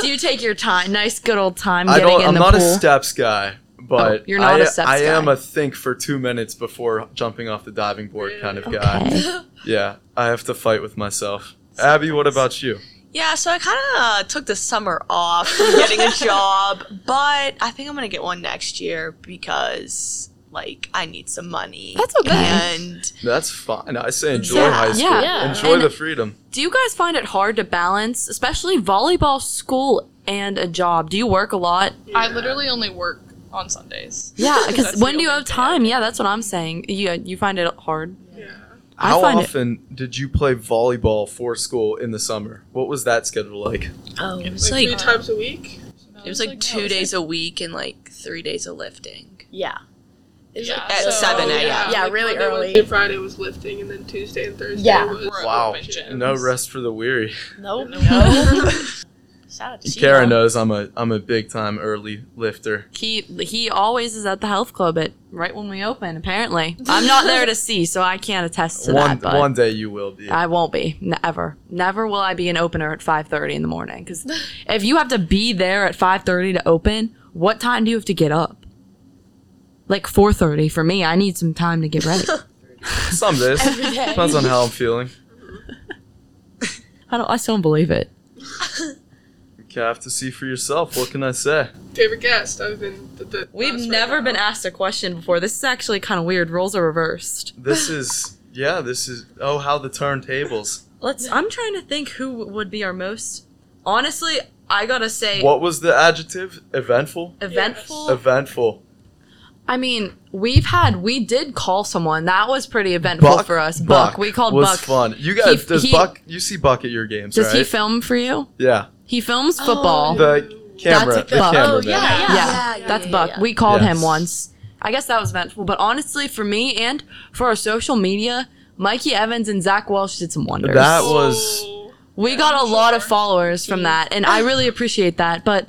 [SPEAKER 2] [LAUGHS] Do you take your time? Nice, good old time
[SPEAKER 1] I
[SPEAKER 2] getting
[SPEAKER 1] don't.
[SPEAKER 2] in
[SPEAKER 1] I'm
[SPEAKER 2] the
[SPEAKER 1] not
[SPEAKER 2] pool.
[SPEAKER 1] a steps guy, but
[SPEAKER 2] Oh, you're not
[SPEAKER 1] I,
[SPEAKER 2] a steps
[SPEAKER 1] I am
[SPEAKER 2] guy.
[SPEAKER 1] a think for two minutes before jumping off the diving board kind of guy.
[SPEAKER 2] okay. [LAUGHS]
[SPEAKER 1] Yeah, I have to fight with myself. Abby, what about you?
[SPEAKER 7] Yeah, so I kind of uh, took the summer off from
[SPEAKER 2] [LAUGHS]
[SPEAKER 7] getting a job, but I think I'm gonna get one next year because like I need some money.
[SPEAKER 2] That's okay.
[SPEAKER 7] And
[SPEAKER 1] That's fine. I say enjoy
[SPEAKER 2] Yeah,
[SPEAKER 1] high school.
[SPEAKER 2] yeah.
[SPEAKER 9] Yeah.
[SPEAKER 1] Enjoy
[SPEAKER 2] And-
[SPEAKER 1] the freedom.
[SPEAKER 2] Do you guys find it hard to balance, especially volleyball, school, and a job? Do you work a lot?
[SPEAKER 10] I literally only work on Sundays.
[SPEAKER 8] [LAUGHS]
[SPEAKER 2] Yeah, because
[SPEAKER 10] That's
[SPEAKER 2] when
[SPEAKER 10] the
[SPEAKER 2] do you
[SPEAKER 10] only
[SPEAKER 2] have
[SPEAKER 10] day I
[SPEAKER 2] time? Yeah, that's what I'm saying. You you find it hard.
[SPEAKER 8] Yeah.
[SPEAKER 2] I
[SPEAKER 1] How
[SPEAKER 2] find it-
[SPEAKER 1] often did you play volleyball for school in the summer? What was that schedule like?
[SPEAKER 7] oh, it was
[SPEAKER 8] Like,
[SPEAKER 7] like
[SPEAKER 8] three times a week?
[SPEAKER 7] it was like two days a week and like three days of lifting.
[SPEAKER 9] Yeah. It was
[SPEAKER 10] Yeah,
[SPEAKER 9] like
[SPEAKER 7] At
[SPEAKER 10] so-
[SPEAKER 7] seven a.m.
[SPEAKER 9] yeah. Yeah, really
[SPEAKER 8] Monday,
[SPEAKER 9] early.
[SPEAKER 8] Wednesday, Friday was lifting, and then Tuesday and Thursday
[SPEAKER 9] Yeah.
[SPEAKER 8] was.
[SPEAKER 10] We're
[SPEAKER 1] Wow.
[SPEAKER 10] open gyms.
[SPEAKER 1] No rest for the weary.
[SPEAKER 2] [LAUGHS]
[SPEAKER 9] no, [LAUGHS]
[SPEAKER 7] No.
[SPEAKER 9] Shout out to Sheila.
[SPEAKER 2] uh,
[SPEAKER 1] Kara knows I'm a I'm a big time early lifter.
[SPEAKER 2] He he always is at the health club at right when we open. Apparently, I'm not [LAUGHS] there to see, so I can't attest to
[SPEAKER 1] one
[SPEAKER 2] that. But
[SPEAKER 1] one day you will be.
[SPEAKER 2] I won't be never. Never will I be an opener at 5:30 in the morning. [LAUGHS] Because if you have to be there at 5:30 to open, what time do you have to get up? Like 4:30 for me. I need some time to get [LAUGHS] ready.
[SPEAKER 1] Some days depends on how I'm feeling.
[SPEAKER 2] I don't. I still don't believe it.
[SPEAKER 1] You have to see for yourself. What can I say?
[SPEAKER 8] Favorite guest other than the. the
[SPEAKER 2] We've
[SPEAKER 8] us right
[SPEAKER 2] never
[SPEAKER 8] now.
[SPEAKER 2] been asked a question before. This is actually kind of weird. Roles are reversed.
[SPEAKER 1] This is yeah. This is oh how the turntables.
[SPEAKER 2] [LAUGHS] Let's. I'm trying to think who would be our most. Honestly, I gotta say
[SPEAKER 1] What was the adjective? Eventful.
[SPEAKER 2] eventful.
[SPEAKER 1] Eventful.
[SPEAKER 2] I mean, we've had. We did call someone. That was pretty eventful for us. Buck. We called
[SPEAKER 1] was
[SPEAKER 2] Buck.
[SPEAKER 1] fun. You guys,
[SPEAKER 2] He-
[SPEAKER 1] does
[SPEAKER 2] he-
[SPEAKER 1] Buck? You see Buck at your games,
[SPEAKER 2] Does
[SPEAKER 1] right?
[SPEAKER 2] he film for you?
[SPEAKER 1] yeah.
[SPEAKER 2] He films football.
[SPEAKER 1] The camera.
[SPEAKER 2] a
[SPEAKER 1] The
[SPEAKER 2] Buck.
[SPEAKER 1] cameraman.
[SPEAKER 9] Oh yeah, yeah,
[SPEAKER 2] yeah,
[SPEAKER 9] yeah, yeah,
[SPEAKER 2] that's
[SPEAKER 9] yeah,
[SPEAKER 2] Buck.
[SPEAKER 9] yeah.
[SPEAKER 2] We called him
[SPEAKER 1] Yes.
[SPEAKER 2] once. I guess that was eventful. But honestly, for me and for our social media, Mikey Evans and Zach Welsh did some wonders.
[SPEAKER 1] That was
[SPEAKER 2] we got a lot of followers from that, and I really appreciate that. But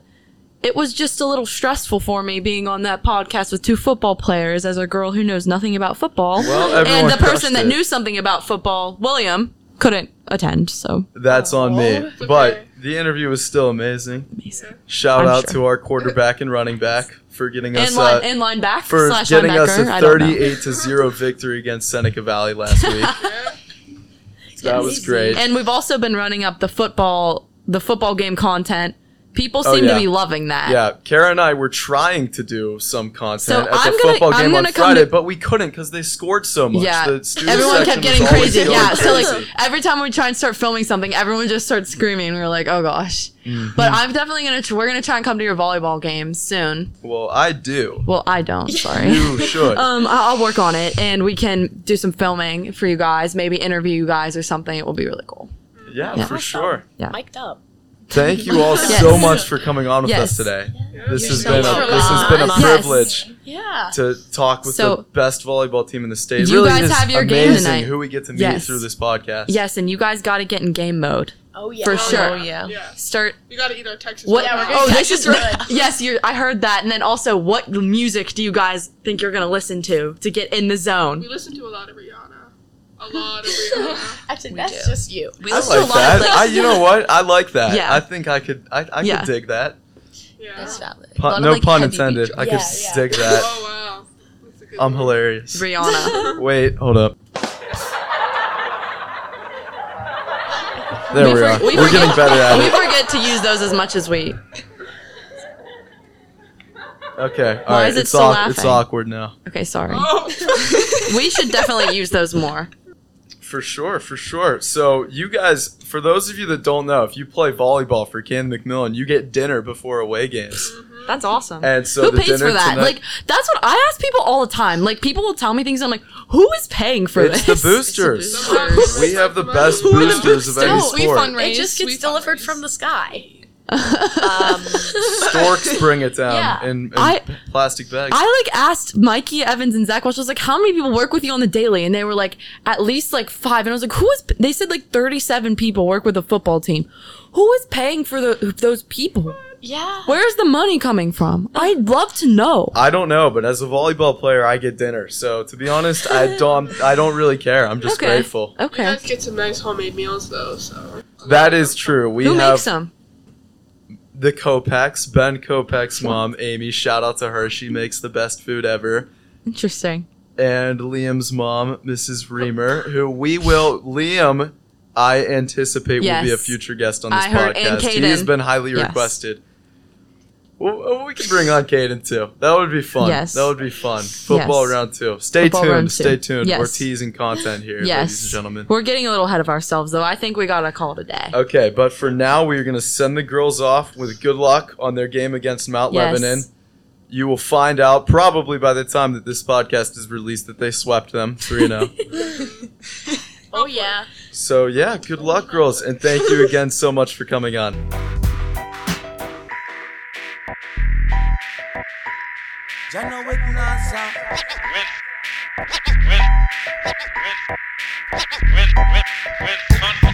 [SPEAKER 2] it was just a little stressful for me being on that podcast with two football players as a girl who knows nothing about football.
[SPEAKER 1] Well,
[SPEAKER 2] and
[SPEAKER 1] everyone
[SPEAKER 2] the person
[SPEAKER 1] crushed
[SPEAKER 2] that
[SPEAKER 1] it.
[SPEAKER 2] knew something about football, William, couldn't attend. So
[SPEAKER 1] that's on me.
[SPEAKER 8] It's okay.
[SPEAKER 1] But the interview was still amazing.
[SPEAKER 2] amazing.
[SPEAKER 1] Shout
[SPEAKER 2] I'm
[SPEAKER 1] out
[SPEAKER 2] sure.
[SPEAKER 1] to our quarterback and running back for getting us
[SPEAKER 2] Inline,
[SPEAKER 1] uh,
[SPEAKER 2] inline back
[SPEAKER 1] for
[SPEAKER 2] slash
[SPEAKER 1] getting
[SPEAKER 2] linebacker.
[SPEAKER 1] us a
[SPEAKER 2] I don't know.
[SPEAKER 1] 38 to 0 victory against Seneca Valley last week. that was great.
[SPEAKER 2] And we've also been running up the football the football game content. People
[SPEAKER 1] Oh,
[SPEAKER 2] seem
[SPEAKER 1] yeah.
[SPEAKER 2] to be loving that.
[SPEAKER 1] Yeah, Kara and I were trying to do some
[SPEAKER 2] So
[SPEAKER 1] content at
[SPEAKER 2] I'm
[SPEAKER 1] the
[SPEAKER 2] gonna-
[SPEAKER 1] football
[SPEAKER 2] I'm
[SPEAKER 1] game on
[SPEAKER 2] gonna come
[SPEAKER 1] Friday,
[SPEAKER 2] to-
[SPEAKER 1] but we couldn't because they scored so much.
[SPEAKER 2] Yeah.
[SPEAKER 1] The student
[SPEAKER 2] Everyone
[SPEAKER 1] section
[SPEAKER 2] kept
[SPEAKER 1] was
[SPEAKER 2] getting
[SPEAKER 1] always
[SPEAKER 2] crazy.
[SPEAKER 1] going
[SPEAKER 2] Yeah. Uh, So like
[SPEAKER 1] crazy.
[SPEAKER 2] every time we try and start filming something, everyone just starts screaming. We're like, oh gosh.
[SPEAKER 1] Mm-hmm.
[SPEAKER 2] But I'm definitely gonna tr- we're gonna try and come to your volleyball game soon.
[SPEAKER 1] well, I do.
[SPEAKER 2] Well,
[SPEAKER 1] [LAUGHS]
[SPEAKER 2] I don't. Sorry.
[SPEAKER 1] You should.
[SPEAKER 2] Um, I- I'll work on it, and we can do some filming for you guys. Maybe interview you guys or something. It will be really cool.
[SPEAKER 1] yeah,
[SPEAKER 2] yeah.
[SPEAKER 1] for sure.
[SPEAKER 9] Mic'd up.
[SPEAKER 1] Thank you all
[SPEAKER 2] [LAUGHS] Yes.
[SPEAKER 1] so much for coming on with
[SPEAKER 2] Yes.
[SPEAKER 1] us today. This
[SPEAKER 9] You're
[SPEAKER 1] has
[SPEAKER 9] so
[SPEAKER 1] been a,
[SPEAKER 9] welcome.
[SPEAKER 1] this has been a
[SPEAKER 2] Yes.
[SPEAKER 1] privilege.
[SPEAKER 9] Yeah.
[SPEAKER 1] to talk with
[SPEAKER 2] So-
[SPEAKER 1] the best volleyball team in the state.
[SPEAKER 2] You
[SPEAKER 1] really
[SPEAKER 2] guys
[SPEAKER 1] is
[SPEAKER 2] have your game
[SPEAKER 1] amazing
[SPEAKER 2] tonight.
[SPEAKER 1] who we get to meet
[SPEAKER 2] Yes.
[SPEAKER 1] through this podcast.
[SPEAKER 2] Yes, and you guys got to get in game mode
[SPEAKER 9] Oh yeah.
[SPEAKER 2] for sure.
[SPEAKER 7] Oh yeah.
[SPEAKER 8] Yeah.
[SPEAKER 2] Start
[SPEAKER 8] We gotta eat our Texas.
[SPEAKER 2] What?
[SPEAKER 8] hot
[SPEAKER 9] we're
[SPEAKER 8] dogs.
[SPEAKER 9] gonna
[SPEAKER 2] oh,
[SPEAKER 9] catch
[SPEAKER 2] this is [LAUGHS]
[SPEAKER 9] it good.
[SPEAKER 2] yes. You, I heard that, and then also, what music do you guys think you're gonna listen to to get in the
[SPEAKER 8] We
[SPEAKER 2] zone?
[SPEAKER 8] listen to a lot of Rihanna. A lot of Rihanna.
[SPEAKER 9] [LAUGHS] Actually, that's just you.
[SPEAKER 7] We
[SPEAKER 1] I
[SPEAKER 7] listen to a
[SPEAKER 1] like
[SPEAKER 7] lot
[SPEAKER 1] that.
[SPEAKER 7] of like
[SPEAKER 1] I, you know what? I like that.
[SPEAKER 2] Yeah.
[SPEAKER 1] I think I could. I, I
[SPEAKER 2] Yeah.
[SPEAKER 1] could dig that.
[SPEAKER 8] Yeah.
[SPEAKER 9] That's valid.
[SPEAKER 7] lot
[SPEAKER 1] Pun,
[SPEAKER 7] of,
[SPEAKER 1] no
[SPEAKER 7] like,
[SPEAKER 1] pun
[SPEAKER 7] heavy
[SPEAKER 1] intended.
[SPEAKER 7] beat
[SPEAKER 1] I could
[SPEAKER 9] Yeah, yeah.
[SPEAKER 1] dig
[SPEAKER 7] [LAUGHS]
[SPEAKER 1] that.
[SPEAKER 8] Oh wow. That's a good
[SPEAKER 1] I'm
[SPEAKER 8] one.
[SPEAKER 1] hilarious. [LAUGHS]
[SPEAKER 2] Rihanna.
[SPEAKER 1] Wait, hold up. There we,
[SPEAKER 2] for-
[SPEAKER 1] are.
[SPEAKER 2] we
[SPEAKER 1] We're getting
[SPEAKER 2] forget-
[SPEAKER 1] better at
[SPEAKER 2] we
[SPEAKER 1] it.
[SPEAKER 2] forget to use those as much as we.
[SPEAKER 1] Okay. All
[SPEAKER 2] Why
[SPEAKER 1] right.
[SPEAKER 2] is it
[SPEAKER 1] It's
[SPEAKER 2] still
[SPEAKER 1] awk- it's
[SPEAKER 2] laughing?
[SPEAKER 1] awkward now.
[SPEAKER 2] Okay, sorry.
[SPEAKER 8] Oh.
[SPEAKER 2] [LAUGHS] We should definitely use those more.
[SPEAKER 1] For sure, for sure. So you guys, for those of you that don't know, if you play volleyball for Ken McMillan, you get dinner before away games.
[SPEAKER 2] That's awesome.
[SPEAKER 1] And so
[SPEAKER 2] Who
[SPEAKER 1] the
[SPEAKER 2] pays
[SPEAKER 1] dinner
[SPEAKER 2] for that?
[SPEAKER 1] tonight-
[SPEAKER 2] Like that's what I ask people all the time. Like people will tell me things. I'm like, who is paying for
[SPEAKER 1] It's the
[SPEAKER 2] this?
[SPEAKER 1] boosters.
[SPEAKER 2] It's the
[SPEAKER 8] boosters.
[SPEAKER 1] we have the best
[SPEAKER 8] Who are the
[SPEAKER 1] boosters, of any
[SPEAKER 10] No, we
[SPEAKER 1] sport.
[SPEAKER 10] fundraise.
[SPEAKER 9] It just
[SPEAKER 10] we
[SPEAKER 9] gets delivered
[SPEAKER 10] fundraise.
[SPEAKER 9] from the sky.
[SPEAKER 7] um,
[SPEAKER 1] Storks bring
[SPEAKER 2] [LAUGHS]
[SPEAKER 1] it down
[SPEAKER 9] Yeah.
[SPEAKER 1] in, in
[SPEAKER 2] I-
[SPEAKER 1] plastic bags.
[SPEAKER 2] I like asked Mikey Evans and Zach Welch. I was like, "How many people work with you on the daily?" And they were like, "At least like five. And I was like, "Who is?" They said like thirty-seven people work with a football team. Who is paying for the, those people?
[SPEAKER 9] Yeah.
[SPEAKER 2] Where's the money coming from? I'd love to know.
[SPEAKER 1] I don't know, but as a volleyball player, I get dinner. So to be honest, I
[SPEAKER 2] [LAUGHS]
[SPEAKER 1] don't. I don't really care. I'm just
[SPEAKER 2] Okay.
[SPEAKER 1] grateful.
[SPEAKER 8] You
[SPEAKER 2] Okay,
[SPEAKER 8] guys get some nice homemade meals though, so.
[SPEAKER 1] That is true. We
[SPEAKER 2] who
[SPEAKER 1] have
[SPEAKER 2] makes them?
[SPEAKER 1] the Kopecks, Ben Kopecks' mom, Amy. Shout out to her. She makes the best food ever.
[SPEAKER 2] Interesting.
[SPEAKER 1] and Liam's mom, Mrs. Reamer, who we will Liam, I anticipate will be a
[SPEAKER 2] Yes.
[SPEAKER 1] future guest on this
[SPEAKER 2] I heard- and
[SPEAKER 1] podcast. He has
[SPEAKER 2] Caden.
[SPEAKER 1] been highly
[SPEAKER 2] Yes.
[SPEAKER 1] requested. Well, oh, we can bring on Caden too. That would be fun.
[SPEAKER 2] Yes.
[SPEAKER 1] That would be fun. Football
[SPEAKER 2] Yes.
[SPEAKER 1] round two. Stay
[SPEAKER 2] Football
[SPEAKER 1] tuned.
[SPEAKER 2] round two.
[SPEAKER 1] Stay tuned. We're
[SPEAKER 2] Yes.
[SPEAKER 1] teasing content here, ladies and
[SPEAKER 2] yes,
[SPEAKER 1] gentlemen.
[SPEAKER 2] we're getting a little ahead of ourselves though. I think we got a call today.
[SPEAKER 1] Okay, but for now, we are going to send the girls off with good luck on their game against Mount
[SPEAKER 2] Yes.
[SPEAKER 1] Lebanon. You will find out probably by the time that this podcast is released that they swept them 3
[SPEAKER 2] [LAUGHS]
[SPEAKER 1] 0.
[SPEAKER 9] [LAUGHS] Oh yeah.
[SPEAKER 1] So yeah, good luck, girls, and thank you again so much for coming on.
[SPEAKER 11] with, with, with, with, with, with, with, with,